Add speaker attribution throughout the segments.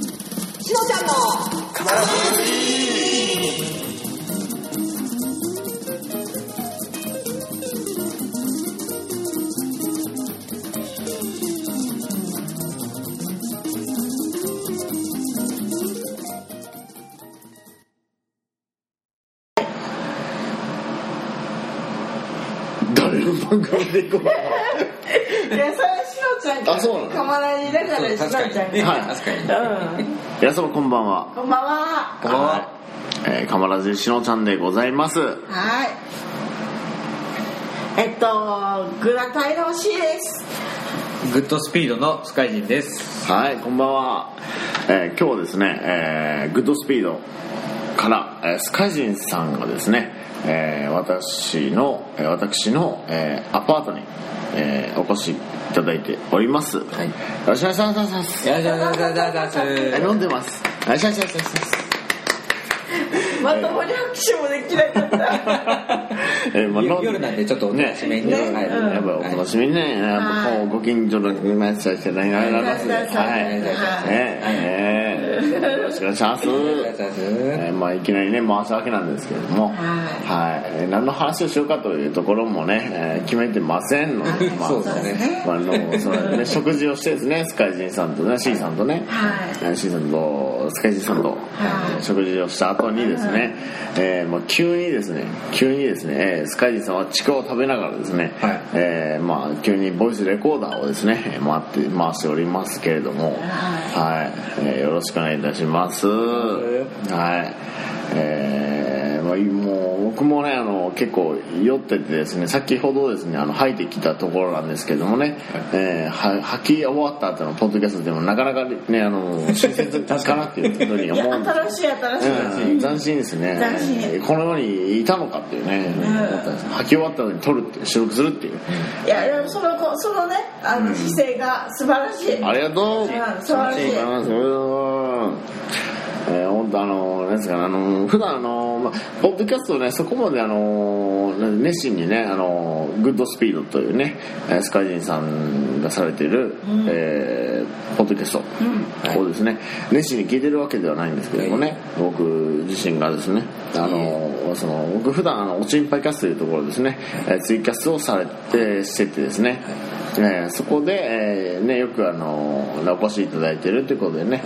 Speaker 1: しのちゃんの
Speaker 2: 誰の番組で行こう
Speaker 3: いや、それはしのちゃん
Speaker 2: あそうなの
Speaker 3: かまなにだからしの
Speaker 4: 確
Speaker 3: ちゃ
Speaker 4: か
Speaker 3: ん
Speaker 4: に
Speaker 3: が。
Speaker 4: ね、
Speaker 2: はい
Speaker 4: 確かに
Speaker 3: うん。
Speaker 2: 皆様こんばんは
Speaker 3: こんばんは。
Speaker 4: こんばんは
Speaker 2: はいえー、かまらずしのちゃんでございます
Speaker 3: はい。えっと、グラタイのしいです。
Speaker 4: グッドスピードのスカイジンです
Speaker 2: はいこんばんは、えー、今日はですね、えー、グッドスピードから、えー、スカイジンさんがですね、えー、私のえー私の、えー、アパートに、えー、お越しいただいております、
Speaker 4: い
Speaker 2: よろしくお願いします
Speaker 4: よろしくお願いします
Speaker 2: えー飲んでますよろしくお願いします
Speaker 3: まともに拍手もできなかった。
Speaker 2: えーまあ飲で
Speaker 4: 夜なんでちょっとおとなしめに
Speaker 3: ね
Speaker 4: はい
Speaker 3: うん
Speaker 2: やっぱりお楽しみにね、やっぱこうご近所の皆さんしてないなら
Speaker 3: はい
Speaker 2: は
Speaker 3: は
Speaker 2: い、
Speaker 3: い
Speaker 2: ねえーよろしくお願いし ます。えーまあいきなりね回すわけなんですけれども、はい、えー何の話をしようかというところもね、えー決めてませんので、まあ、
Speaker 4: そうですね
Speaker 2: まああのそのね食事をしてですねスカイジンさんとねシーさんとね、
Speaker 3: はい
Speaker 2: えーシーさんとスカイジンさんと、えー食事をした後にですね、えーまあ、急にですね急にですね、えースカイジンさんはちくわを食べながらですね、
Speaker 4: はい
Speaker 2: えーまあ、急にボイスレコーダーをですねえー回って回しておりますけれども、はいえーよろしくお願いいたします、はいえーまあ、もう僕もねあの結構酔っててですね先ほどですねあの吐いてきたところなんですけどもね、えーは吐き終わった後のポッドキャストでもなかなかねあの親切だかなっていうふうに
Speaker 3: いや
Speaker 2: 思 うんです
Speaker 3: 新しい新しい。
Speaker 2: うん斬新ですね
Speaker 3: 斬新
Speaker 2: この世にいたのかっていうね、思ったんです吐き終わったのに撮るって収録するっていう、
Speaker 3: いや、でもその子、そのね、あの姿勢が素晴らしい。
Speaker 2: ありがとう、
Speaker 3: ん素晴らしい
Speaker 2: うんえー、本当あのなんですかねあの普段あの、まあ、ポッドキャストねそこまであの熱心にねあのグッドスピードというねえースカイジンさんがされている、えーポッドキャスト、
Speaker 4: い
Speaker 2: をですね熱心に聞いてるわけではないんですけどもね、僕自身がですねあのその僕普段あのおちんぱいキャストというところですね、えーツイキャスをされてしててですね、えーそこで、えーね、よくあのお越しいただいてるということでね、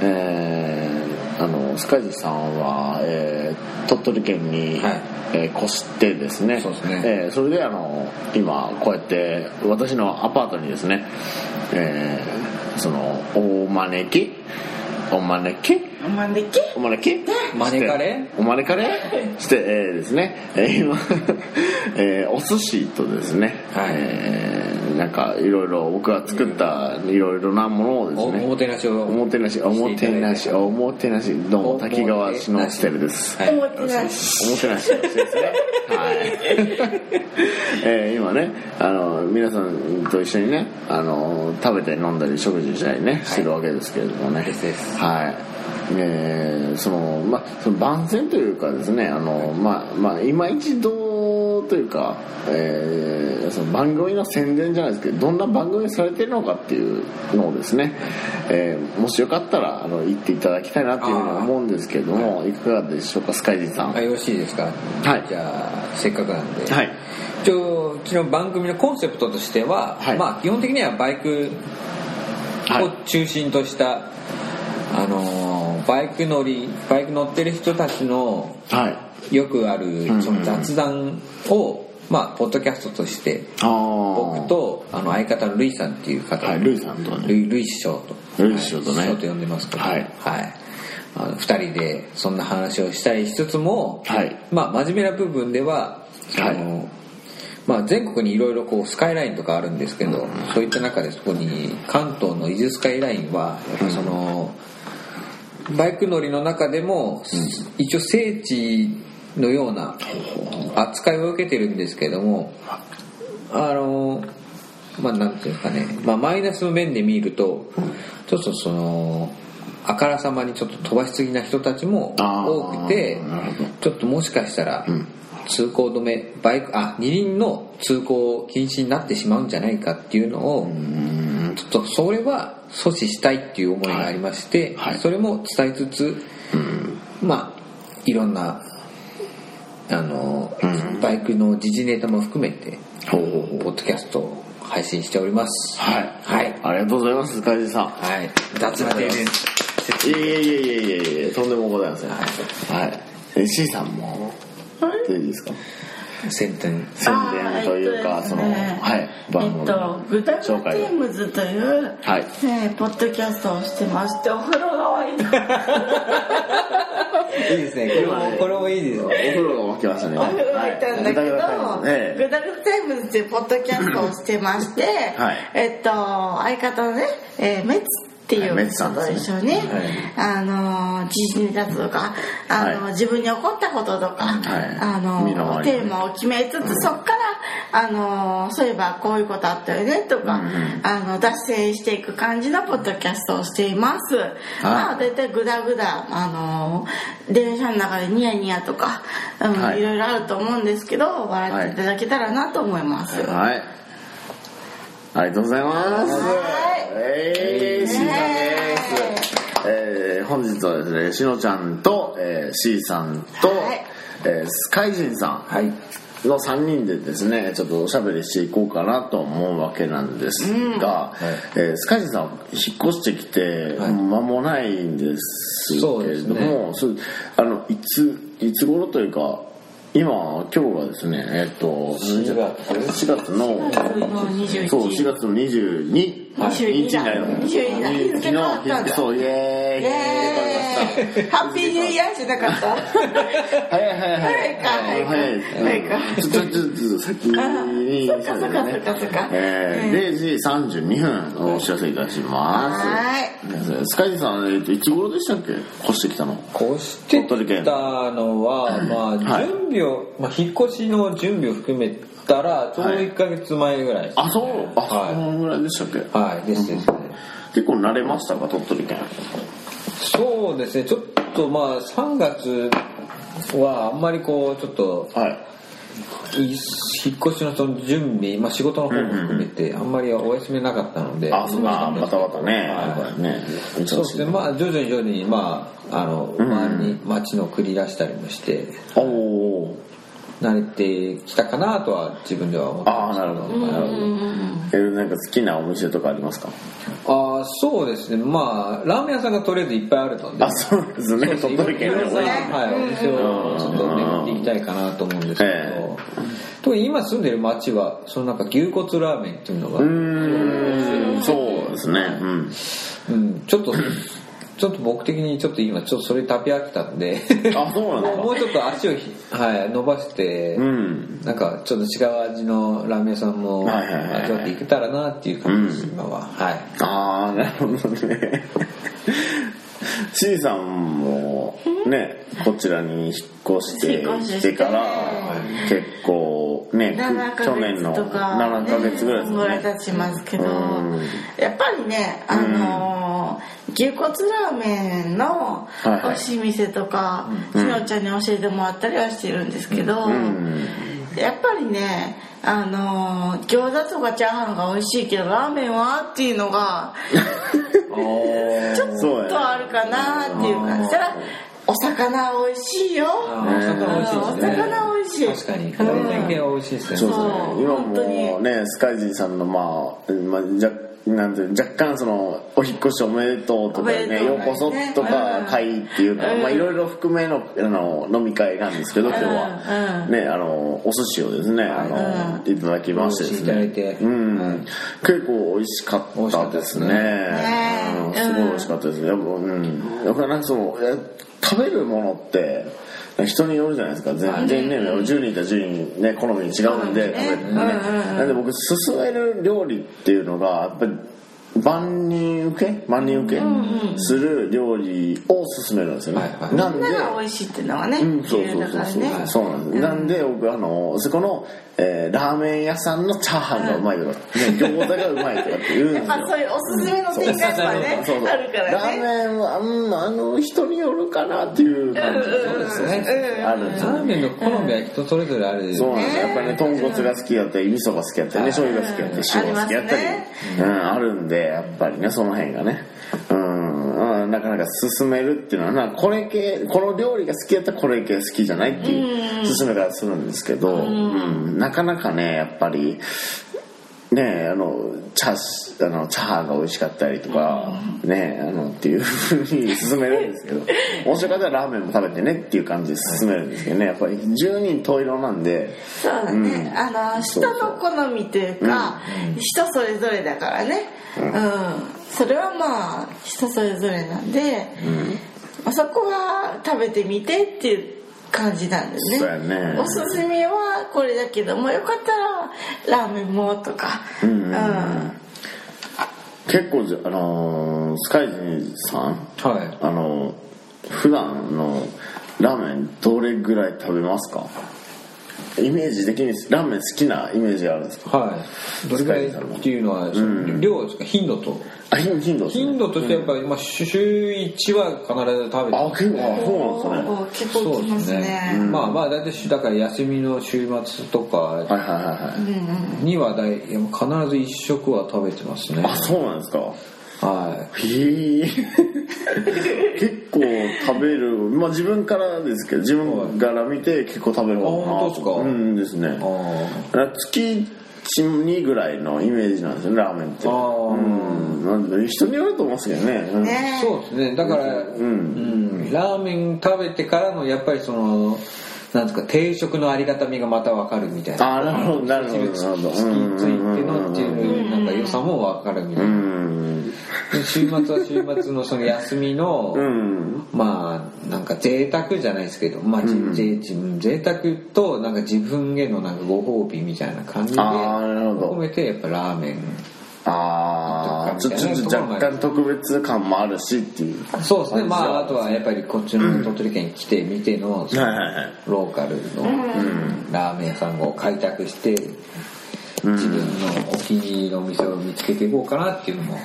Speaker 2: えーあのスカイジさんは、えー鳥取県に、
Speaker 4: はい
Speaker 2: えー越してですね
Speaker 4: そうですね
Speaker 2: えーそれであの今こうやって私のアパートにですね、えーそのお招きお招き
Speaker 3: おまんでき。
Speaker 2: お招き
Speaker 4: 招かれ
Speaker 2: お招かれして、えーですね、えー今、 えーお寿司とですね、
Speaker 4: はい
Speaker 2: えーなんかいろいろ僕が作ったいろいろなものをです
Speaker 4: お
Speaker 2: ね
Speaker 4: おもてなしを
Speaker 2: おもてなしおもてなしおもてなしどうも滝川しのステルです
Speaker 4: は
Speaker 3: お
Speaker 4: い
Speaker 3: もてなし。
Speaker 2: おもてなしをしてですねはい、 えー今ねあの皆さんと一緒にねあの食べて飲んだり食事したりねしてるわけですけれどもね
Speaker 4: ですです
Speaker 2: はいえーそのまあその番宣というかですねあのまあまあ今一度というか、えーその番組の宣伝じゃないですけどどんな番組をされてるのかっていうのをですね、えーもしよかったらあの行っていただきたいなっていうふうに思うんですけれどもいかがでしょうかスカイジさん
Speaker 4: あよろしいですか
Speaker 2: はい
Speaker 4: じゃあせっかくなんで
Speaker 2: はい
Speaker 4: 一応昨日番組のコンセプトとしては、
Speaker 2: はい
Speaker 4: まあ基本的にはバイク
Speaker 2: はい
Speaker 4: を中心とした、あのーバイク乗りバイク乗ってる人たちの
Speaker 2: はい
Speaker 4: よくあ
Speaker 2: んうん
Speaker 4: るその雑談を、まあ、ポッドキャストとして
Speaker 2: ああ
Speaker 4: 僕とあの相方のルイさんっていう方、
Speaker 2: はいルイさんとね
Speaker 4: ルイルイ師匠と
Speaker 2: ルイ師匠とね
Speaker 4: はい師匠と呼んでますけど
Speaker 2: はい
Speaker 4: あの2人でそんな話をしたりしつつも、
Speaker 2: はい
Speaker 4: まあ、真面目な部分では、
Speaker 2: はい
Speaker 4: あのまあ、全国にいろいろこうスカイラインとかあるんですけど、そういった中でそこに関東の伊豆スカイラインはやっぱその、バイク乗りの中でも、一応聖地のような扱いを受けてるんですけどもあのまあなんていうんですかね、まあ、マイナスの面で見るとちょっとそのあからさまにちょっと飛ばしすぎな人たちも
Speaker 2: あー
Speaker 4: 多くて
Speaker 2: なるほど
Speaker 4: ちょっともしかしたら通行止めバイクあ二輪の通行禁止になってしまうんじゃないかっていうのをちょっとそれは阻止したいっていう思いがありまして、
Speaker 2: はいはい
Speaker 4: それも伝えつつ、まあいろんなあの、バイクの時事ネタも含めてポ
Speaker 2: ほうほう
Speaker 4: ッドキャストを配信しております
Speaker 2: はい
Speaker 4: はい、
Speaker 2: ありがとうございますカイジさん
Speaker 4: はい、雑な停電
Speaker 2: いやいやいやいやいやいやとんでもございませんはいえ C さんもいいですか
Speaker 4: 宣伝
Speaker 2: 宣伝というか、
Speaker 3: あー
Speaker 2: その、はい、
Speaker 3: えっと、グダグダテームズという、
Speaker 2: はい
Speaker 3: えーポッドキャストをしてまして、お風呂が沸い た。
Speaker 4: いいですねこれもこれもいいです
Speaker 2: お
Speaker 4: ね
Speaker 2: 風呂が沸きましたね。
Speaker 3: お風呂が沸いたんだけど、
Speaker 2: はい
Speaker 3: グダグダタイムズっていうポッドキャストをしてまして、
Speaker 2: はい
Speaker 3: えっと、相方のね、えーメッツってい
Speaker 2: は
Speaker 3: う
Speaker 2: いメッツさ
Speaker 3: 人
Speaker 2: んです
Speaker 3: と
Speaker 2: ね
Speaker 3: 一緒に、
Speaker 2: はい
Speaker 3: あのー、地震だとか、あのー
Speaker 2: はい
Speaker 3: 自分に起こったこととか、
Speaker 2: はい
Speaker 3: あの
Speaker 2: 身の
Speaker 3: ー
Speaker 2: 回り
Speaker 3: テーマを決めつつ、そっから、あのーそういえばこういうことあったよねとか、
Speaker 2: うんうん
Speaker 3: あの、脱線していく感じのポッドキャストをしています。まあ、だいたいグダグダ、あのー電車の中でニヤニヤとか、うん
Speaker 2: はい
Speaker 3: いろいろあると思うんですけど笑っていただけたらなと思います、
Speaker 2: はい。ありがとうございます。
Speaker 3: はい
Speaker 2: えー、C さんです。えー、本日はですね、しのちゃんと、えー、C さんと、
Speaker 3: はい
Speaker 2: えー、スカイジンさん。
Speaker 4: はい
Speaker 2: の3人でですねちょっとおしゃべりしていこうかなと思うわけなんですが、えースカイジさん引っ越してきて
Speaker 4: はい
Speaker 2: 間もないんですけ
Speaker 4: そう
Speaker 2: れ
Speaker 4: です
Speaker 2: ど
Speaker 4: ね
Speaker 2: も、それあのいついつ頃というか今今日はですねえっと
Speaker 4: 4月
Speaker 2: 4月の
Speaker 3: 21
Speaker 2: そう4月の22
Speaker 3: 22
Speaker 2: 日になるの
Speaker 3: 22だ日付変わったんだ
Speaker 2: そうイエーイ
Speaker 3: イエーイハッピーニューイヤーじゃなか った
Speaker 2: 早い早い早い早いちょちょちょちょ先にえ0時32分お知らせいたしますスカイさん、えっといつ頃でしたっけ越してきたの
Speaker 4: こうしてたのは、まあ、
Speaker 2: はい
Speaker 4: 準備を、まあ、引っ越しの準備を含めたら、ちょうど
Speaker 2: はい
Speaker 4: 1ヶ月前ぐらいです、
Speaker 2: あそうあそ
Speaker 4: は
Speaker 2: のぐらいでしたっけ
Speaker 4: い。はい、ですですね。
Speaker 2: 結構慣れましたか鳥取県
Speaker 4: そうですね、ちょっとまあ、3月は、あんまりこう、ちょっと、
Speaker 2: はい
Speaker 4: い引っ越しのその準備、まあ、仕事の方も含めて、あんまりお休みなかったので、
Speaker 2: あそうかバタバタねね
Speaker 4: そうですね、まあ、徐々に徐々に、まあ、あの、周りに街の繰り出したりもして、
Speaker 2: おお
Speaker 4: 慣れてきたかなとは自分では思って
Speaker 2: ああなるほどなるほどなんか好きなお店とかありますか
Speaker 4: ああそうですねまあラーメン屋さんがとりあえずいっぱいあるので
Speaker 2: あそうですね鳥取県
Speaker 4: いろんな
Speaker 2: ね
Speaker 4: はい、お店をちょっと巡っていきたいかなと思うんですけど、
Speaker 2: え
Speaker 4: 特に今住んでる町はそのなんか牛骨ラーメンっていうのが、
Speaker 2: う
Speaker 4: う
Speaker 2: ーんそうですねうん
Speaker 4: ん、ちょっとちょっと僕的にちょっと今ちょっとそれ食べ飽きたんで
Speaker 2: あそうなん
Speaker 4: も
Speaker 2: だ
Speaker 4: うちょっと足をひ、はい、伸ばして、
Speaker 2: うん
Speaker 4: なんかちょっと違う味のラーメン屋さんも
Speaker 2: はいはいはいはい
Speaker 4: 味わっていけたらなっていう感じです、今ははい
Speaker 2: ああなるほどね C さんもねこちらに引っ越して
Speaker 3: 引っ越し
Speaker 2: き
Speaker 3: して
Speaker 2: てから結構ね
Speaker 3: 7
Speaker 2: 去年の
Speaker 3: ヶ月とか、
Speaker 2: 7ヶ月ぐらいです
Speaker 3: ね
Speaker 2: よ
Speaker 3: ぐらい
Speaker 2: ね
Speaker 3: 経ちますけど、
Speaker 2: うん
Speaker 3: やっぱりね、あのー牛骨ラーメンの
Speaker 2: いはい
Speaker 3: 美味しい店とか、しのちゃんに教えてもらったりはしてるんですけど、
Speaker 2: うん
Speaker 3: やっぱりね、あのー餃子とかチャーハンが美味しいけど、ラーメンはっていうのが、
Speaker 4: お
Speaker 3: ちょっ
Speaker 2: そうやね
Speaker 3: とあるかなっていう感じ。したら、お魚美味しいよ。
Speaker 4: あーお魚美味しいですね。
Speaker 3: お魚美味しい
Speaker 4: 確かに。カレーだけは美味しいですね。
Speaker 2: そうです
Speaker 3: そう
Speaker 2: ね今
Speaker 3: 本当に
Speaker 2: もねスカイジンさんのまあ、まあ、じゃなんていう若干そのお引っ越しおめでとうとか
Speaker 3: おめで
Speaker 2: ね
Speaker 3: とう
Speaker 2: ようこそと
Speaker 3: う
Speaker 2: か
Speaker 3: ん
Speaker 2: 会っていうか、
Speaker 3: うん
Speaker 2: まあいろいろ含めのあの飲み会なんですけど今日は、
Speaker 3: うん
Speaker 2: ねあのお寿司をですねあの、いただきましてですね
Speaker 4: お寿司いただいて
Speaker 2: うん、
Speaker 4: はい
Speaker 2: 結構美味しかったですね
Speaker 4: 美味しかったですね
Speaker 3: ね
Speaker 2: うん、
Speaker 3: うん
Speaker 2: すごい美味しかったですねやっぱうんやっぱなんかそのえ食べるものって人によるじゃないですか全然ね、10人いたら10人ね好み違うんで食べるのね、なんで僕勧める料理っていうのがやっぱり万人受け万人受けする料理を勧めるんですよね、
Speaker 4: はいはい
Speaker 2: なんで
Speaker 3: だから美味しいっていうのはね、
Speaker 2: うん、そう
Speaker 3: 理由
Speaker 2: そう
Speaker 3: だ
Speaker 2: そ
Speaker 3: か
Speaker 2: う
Speaker 3: ら
Speaker 2: そう、
Speaker 3: ね。
Speaker 2: そうなんです、なんで僕あのそこの、えーラーメン屋さんのチャーハンがうまいとか、ね、餃子がうまいとかって言うんで
Speaker 3: やっ
Speaker 2: すよ
Speaker 3: ぱそういうおすすめの展開とかね、
Speaker 2: そうそう
Speaker 3: あるからね。
Speaker 2: ラーメンは、うん、あの人によるかなっていう感じ、
Speaker 3: うんうんうん
Speaker 2: そうですね、あるんです
Speaker 4: ラ
Speaker 2: よ
Speaker 4: ーメンの好みは人それぞれある。
Speaker 2: そうなんですよやっぱりね豚骨が好きだったり味噌が好きだったりね醤油が好きだっ
Speaker 3: う
Speaker 2: たり
Speaker 3: ん
Speaker 2: 塩が好きだったり
Speaker 3: ありま
Speaker 2: うんあるんででやっぱりねその辺がねうんうんなかなか進めるっていうのはなこれ系この料理が好きやったらこれ系好きじゃないっていう進め方するんですけど、うん、なかなかねやっぱりねあのチャあのチャーが美味しかったりとか、ねあのっていうふうに進めるん ですけど面白かったらラーメンも食べてねっていう感じで進めるんですけどねやっぱり10人十色なんで
Speaker 3: そうだね、あの人の好みというか、人それぞれだからねうん、それはまあ人それぞれなんで、まあ、そこは食べてみてっていう感じなんですね
Speaker 2: そうやね
Speaker 3: おすすめはこれだけどもよかったらラーメンもとか
Speaker 2: うんうんうん
Speaker 3: うん
Speaker 2: 結構じゃあのースカイジーさん
Speaker 4: はい
Speaker 2: あの普段のラーメンどれぐらい食べますかイメージ的にラーメン好きなイメージがあるんですか
Speaker 4: はいどれぐらいっていうのは、量ですか頻度と
Speaker 2: あ頻頻度ですね
Speaker 4: 頻度としてやっぱり、まあ、週1は必ず食べて
Speaker 2: あ
Speaker 4: ます
Speaker 2: 結構あそうなんですね
Speaker 3: おー結
Speaker 4: そ
Speaker 3: 構
Speaker 4: う
Speaker 3: き
Speaker 4: で
Speaker 3: ます
Speaker 4: す
Speaker 3: ね
Speaker 4: ね、まあまあ大体だから休みの週末と
Speaker 2: は
Speaker 4: か
Speaker 2: いはいはいはい、
Speaker 4: にはだいいやもう必ず1食は食べてますね
Speaker 2: あそうなんですか
Speaker 4: は
Speaker 2: へえ 結構食べるまあ自分からですけど自分から見て結構食べる方かな
Speaker 4: あ本当ですか
Speaker 2: うんですね
Speaker 4: いあー
Speaker 2: だから月2ぐらいのイメージなんですよラーメンって
Speaker 4: あー
Speaker 2: うんなんで人によると思うんですけどね,、うん、
Speaker 3: ね
Speaker 4: そうですねだから、うんラーメン食べてからのやっぱりそのなんですか定食のありがたみがまた分かるみたいな
Speaker 2: あーなるほどなるほどなるほど
Speaker 4: 月についてのっていうなんか良さも分かるみたいな、
Speaker 2: うん
Speaker 4: で週末は週末のその休みの、
Speaker 2: うん
Speaker 4: まあなんか贅沢じゃないですけど、まあじぜ自分贅沢となんか自分へのなんかご褒美みたいな感じで
Speaker 2: あーなるほど
Speaker 4: 込めてやっぱラーメン
Speaker 2: ああちょちょっと若干特別感もあるしっていう
Speaker 4: そうですねまああとはやっぱりこっちの鳥取県に来てみてのその
Speaker 2: はいはいはい
Speaker 4: ローカルのラーメン屋さんを開拓して自分のお気に入りのお店を見つけていこうかなっていうのも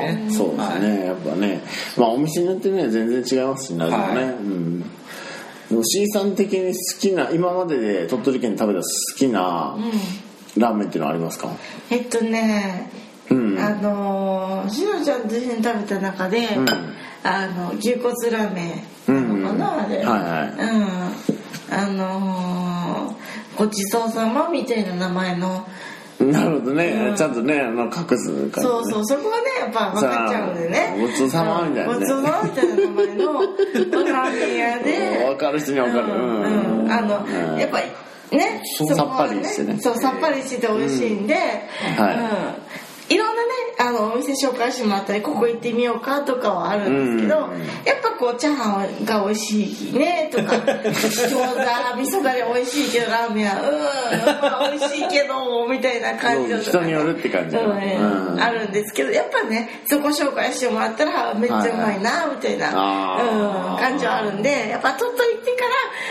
Speaker 2: ああ、
Speaker 4: ね
Speaker 2: そうですね、やっぱねまあお店によってね全然違いますしね、味もね
Speaker 4: は
Speaker 2: うんでも C さん的に好きな今までで鳥取県で食べた好きなラーメンっていうのはありますか
Speaker 3: えっとね、
Speaker 2: うん
Speaker 3: あのーしのちゃんと一緒に食べた中で、
Speaker 2: ん
Speaker 3: あの牛骨ラーメンなのかな、
Speaker 2: うんうん
Speaker 3: あれ、
Speaker 2: はいはい
Speaker 3: うんあのーごちそうさまみたいな名前の
Speaker 2: なるほどね、ちゃんとねあの隠す感じ、ね、
Speaker 3: そうそうそこがねやっぱ分かっちゃうんでね
Speaker 2: そうごちそうさまみたい
Speaker 3: う
Speaker 2: なね
Speaker 3: んごちそうさまみたいな名前のラーメン 屋で
Speaker 2: 分かる人には分かる
Speaker 3: うん
Speaker 2: うん
Speaker 3: あの、
Speaker 2: うん
Speaker 3: やっぱりね
Speaker 2: そう
Speaker 3: そこは
Speaker 2: さっぱりしてね
Speaker 3: そうさっぱりしてて美味しいんで、うん
Speaker 2: はい
Speaker 3: いろんなねあのお店紹介してもらったりここ行ってみようかとかはあるんですけど、
Speaker 2: うん
Speaker 3: やっぱこうチャーハンが美味しいねと か餃子味噌だれ美味しいけどラーメンはうん、まあ、美味しいけどみたいな感じだと
Speaker 2: そう人によるって感じだ
Speaker 3: そうね
Speaker 2: うん
Speaker 3: あるんですけどやっぱねそこ紹介してもらったらめっちゃうまいなみたいな、
Speaker 2: はい
Speaker 3: うん
Speaker 2: あー
Speaker 3: 感じはあるんでやっぱ鳥取行って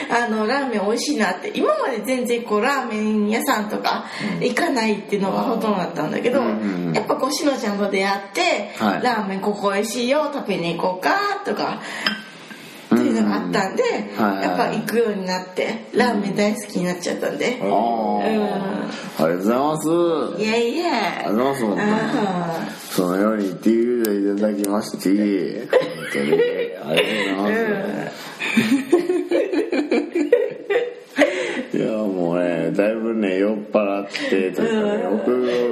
Speaker 3: からあのラーメン美味しいなって今まで全然こうラーメン屋さんとか行かないっていうのがほとんどだったんだけど、
Speaker 2: んうん
Speaker 3: やっぱこうしのちゃんと出会って、
Speaker 2: はい
Speaker 3: ラーメンここ美味しいよ食べに行こうかとか。って
Speaker 2: うん
Speaker 3: いうのがあったんで、
Speaker 2: はいはい
Speaker 3: やっぱ行くようになってラーメン大好きになっちゃったんで、
Speaker 2: あーありがとうございま
Speaker 3: い
Speaker 2: す
Speaker 3: えいえ
Speaker 2: ありがとうございます、
Speaker 3: うん
Speaker 2: そのように言っていただきまして、本当にありがとうございます。いやもうねだいぶね酔っ払ってというかね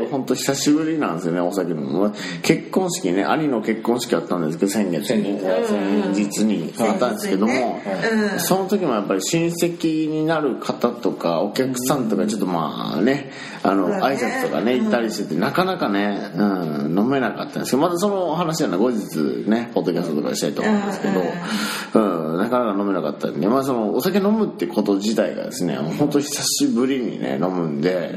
Speaker 2: 僕本当久しぶりなんですよねお酒飲むの結婚式ね兄の結婚式あったんですけど先月に先日にあったんですけど
Speaker 3: 先
Speaker 2: も
Speaker 3: 日にねうん
Speaker 2: その時もやっぱり親戚になる方とかお客さんとかちょっとまあねあの
Speaker 3: そうだ
Speaker 2: 挨
Speaker 3: ね
Speaker 2: 拶とかね行ったりしててなかなかね、うん、飲めなかったんですけどまたその話はね後日ねポッドキャストとかでしたいと思うんですけど、うん、なかなか飲めなかったんで、まあ、そのお酒飲むってこと自体がですね本当久しぶりにね飲むんで、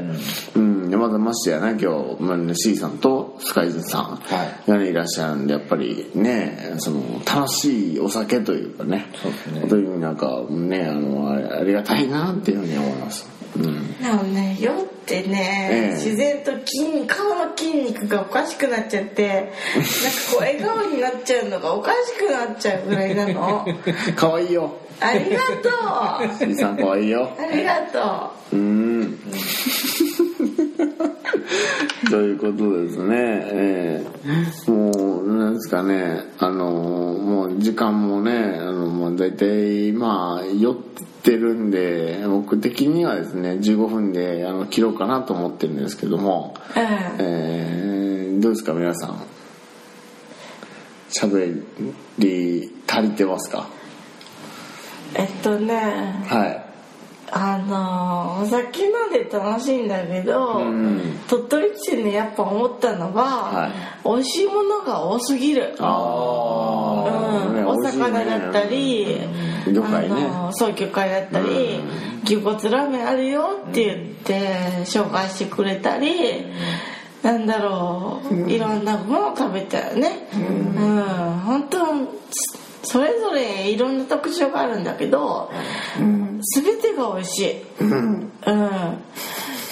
Speaker 2: うんでまだましてやね今日、まあね、C さんとスカイズさん
Speaker 4: はい
Speaker 2: がねいらっしゃるんでやっぱりねその楽しいお酒というかね
Speaker 4: そうですね
Speaker 2: 本当になんかねあのあれありがたいなっていうふうに思います。うん
Speaker 3: なのね酔ってね、
Speaker 2: ええ
Speaker 3: 自然と筋肉顔の筋肉がおかしくなっちゃってなんかこう笑顔になっちゃうのがおかしくなっちゃうぐらいな の
Speaker 2: 可愛いよ。
Speaker 3: ありがとう
Speaker 2: C さん可愛いよ。
Speaker 3: ありがと
Speaker 2: うーん。ということですね、えーもうなんですかねあのもう時間もねあのもう大体まあ酔ってるんで僕的にはですね15分であの切ろうかなと思ってるんですけども、
Speaker 3: うん
Speaker 2: えーどうですか皆さん喋り足りてますか
Speaker 3: えっとね
Speaker 2: はい
Speaker 3: あのーお酒飲んで楽しいんだけど、
Speaker 2: ん
Speaker 3: 鳥取来てねやっぱ思ったのは、美味しいものが多すぎる、うん
Speaker 2: あーね
Speaker 3: お
Speaker 2: 美味しいね
Speaker 3: 魚だったり、
Speaker 2: うん魚介ね
Speaker 3: あのーそう魚介だったり、牛骨ラーメンあるよって言って紹介してくれたり、なんだろう、いろんなものを食べたよねうん、本当それぞれいろんな特徴があるんだけど、全てが美味しいうん、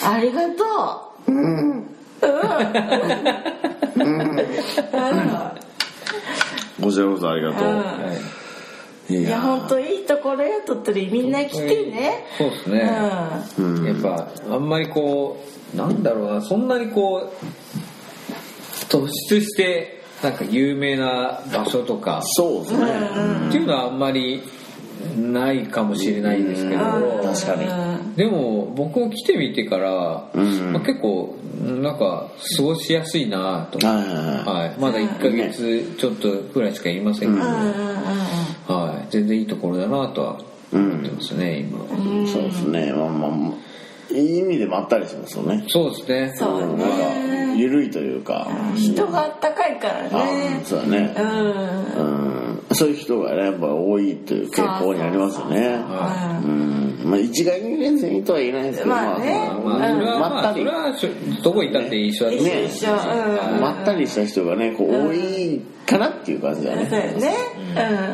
Speaker 3: ありがとう
Speaker 2: こちらこそありがとう、
Speaker 3: うん
Speaker 4: はい
Speaker 2: い
Speaker 3: いや本当いいところよ鳥取みんな来てね
Speaker 4: そうですね、
Speaker 2: うん
Speaker 4: やっぱあんまりこうなんだろうなそんなにこう突出してなんか有名な場所とか
Speaker 2: そうですね、
Speaker 4: っていうのはあんまりないかもしれないですけど、
Speaker 3: うん確かに
Speaker 4: でも僕も来てみてから、
Speaker 2: うん
Speaker 4: まあ結構なんか過ごしやすいなと、
Speaker 2: はいはいはい
Speaker 4: はい、まだ1ヶ月ちょっとぐらいしかいませんけど、
Speaker 3: うんうんうん
Speaker 4: はい、全然いいところだなとは思ってますね、今
Speaker 2: そうですねまあまあまあいい意味でもあったりしますよね
Speaker 4: そうですね
Speaker 3: そう
Speaker 2: なん
Speaker 3: ね
Speaker 2: か緩いというか、
Speaker 3: うん人があったかいから
Speaker 2: あー
Speaker 3: ね
Speaker 2: そうだね
Speaker 3: う、ん
Speaker 2: うん、そういう人がねやっぱ多いという傾向にありますよね
Speaker 4: は
Speaker 2: うんまあ一概に全然いいとは言えないですけど
Speaker 3: まあね
Speaker 4: まあ、それは
Speaker 2: ま
Speaker 4: ま
Speaker 2: った
Speaker 4: あ、そ
Speaker 2: り
Speaker 4: れはしょどこ行ったって一緒だと
Speaker 3: 一
Speaker 4: 思
Speaker 3: 緒
Speaker 4: う
Speaker 3: 一緒うん
Speaker 2: まったりした人がねこう多いかなっていう感じだ
Speaker 3: そう
Speaker 2: ね、
Speaker 3: よね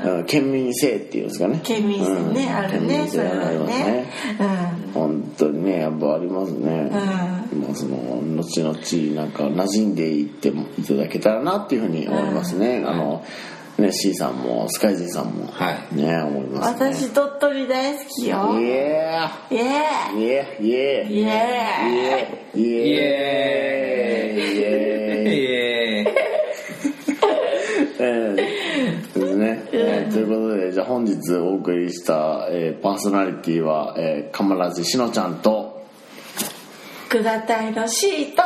Speaker 3: うん
Speaker 2: うん、県民性っていうんですかね
Speaker 3: 県民性ねある
Speaker 2: 県民
Speaker 3: ね
Speaker 2: 性
Speaker 3: それ
Speaker 2: があ
Speaker 3: は
Speaker 2: りま
Speaker 3: ね
Speaker 2: すね
Speaker 3: うん
Speaker 2: 本当にねやっぱありますね、まあその後々なんか馴染んでいってもいただけたらなっていうふうに思いますね、あのね C さんもスカイジンさんも、
Speaker 4: はい
Speaker 2: ね思いますね
Speaker 3: 私鳥取大好きよ
Speaker 2: イエ
Speaker 3: イエ
Speaker 2: ーイエーイ
Speaker 3: ー
Speaker 2: エ
Speaker 3: イエ
Speaker 2: ーイエーイ
Speaker 4: イ
Speaker 2: エーイイエーイ
Speaker 4: ええ
Speaker 2: えーですね、えーということでじゃあ本日お送りした、えーパーソナリティは、えー、カマラジしのちゃんと
Speaker 3: ーくだたいのシート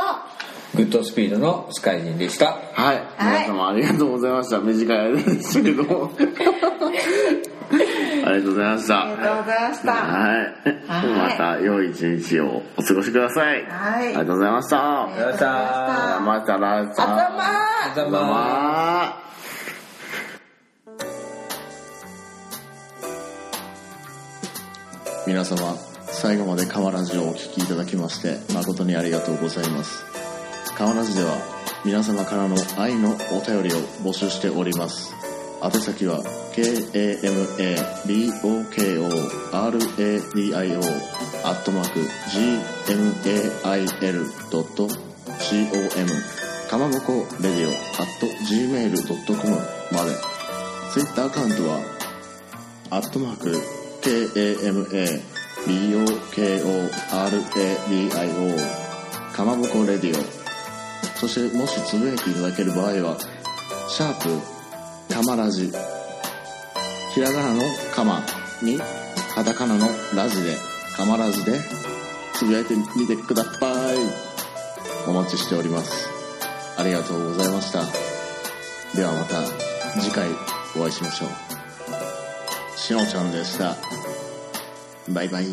Speaker 4: グッドスピードのスカイジンでした。
Speaker 2: はい、皆様ありがとうございました短い間でしたけ どもありがとうございました
Speaker 3: ありがとうございました
Speaker 2: はい、
Speaker 3: はい
Speaker 2: また良い一日をお過ごしください、
Speaker 3: はい
Speaker 2: ありがとうございました、
Speaker 4: りがとうございま
Speaker 3: した
Speaker 2: また来週
Speaker 3: 頭
Speaker 4: ありがとうございます。
Speaker 2: 頭
Speaker 1: 皆様最後まで河原ジをお聞きいただきまして誠にありがとうございます河原ジでは皆様からの愛のお便りを募集しております宛先は k-a-m-a-b-o-k-o-r-a-d-i-o アットマーク gmail.com かまぼこレディオアット gmail.com までツイッターアカウントはアットマーク KAMA BOKORADIO かまぼこレディオそしてもしつぶやいていただける場合はシャープかまラジひらがなのかまにカタカナのラジでかまラジでつぶやいてみてくださいお待ちしておりますありがとうございましたではまた次回お会いしましょうしのちゃんでした。バイバイ。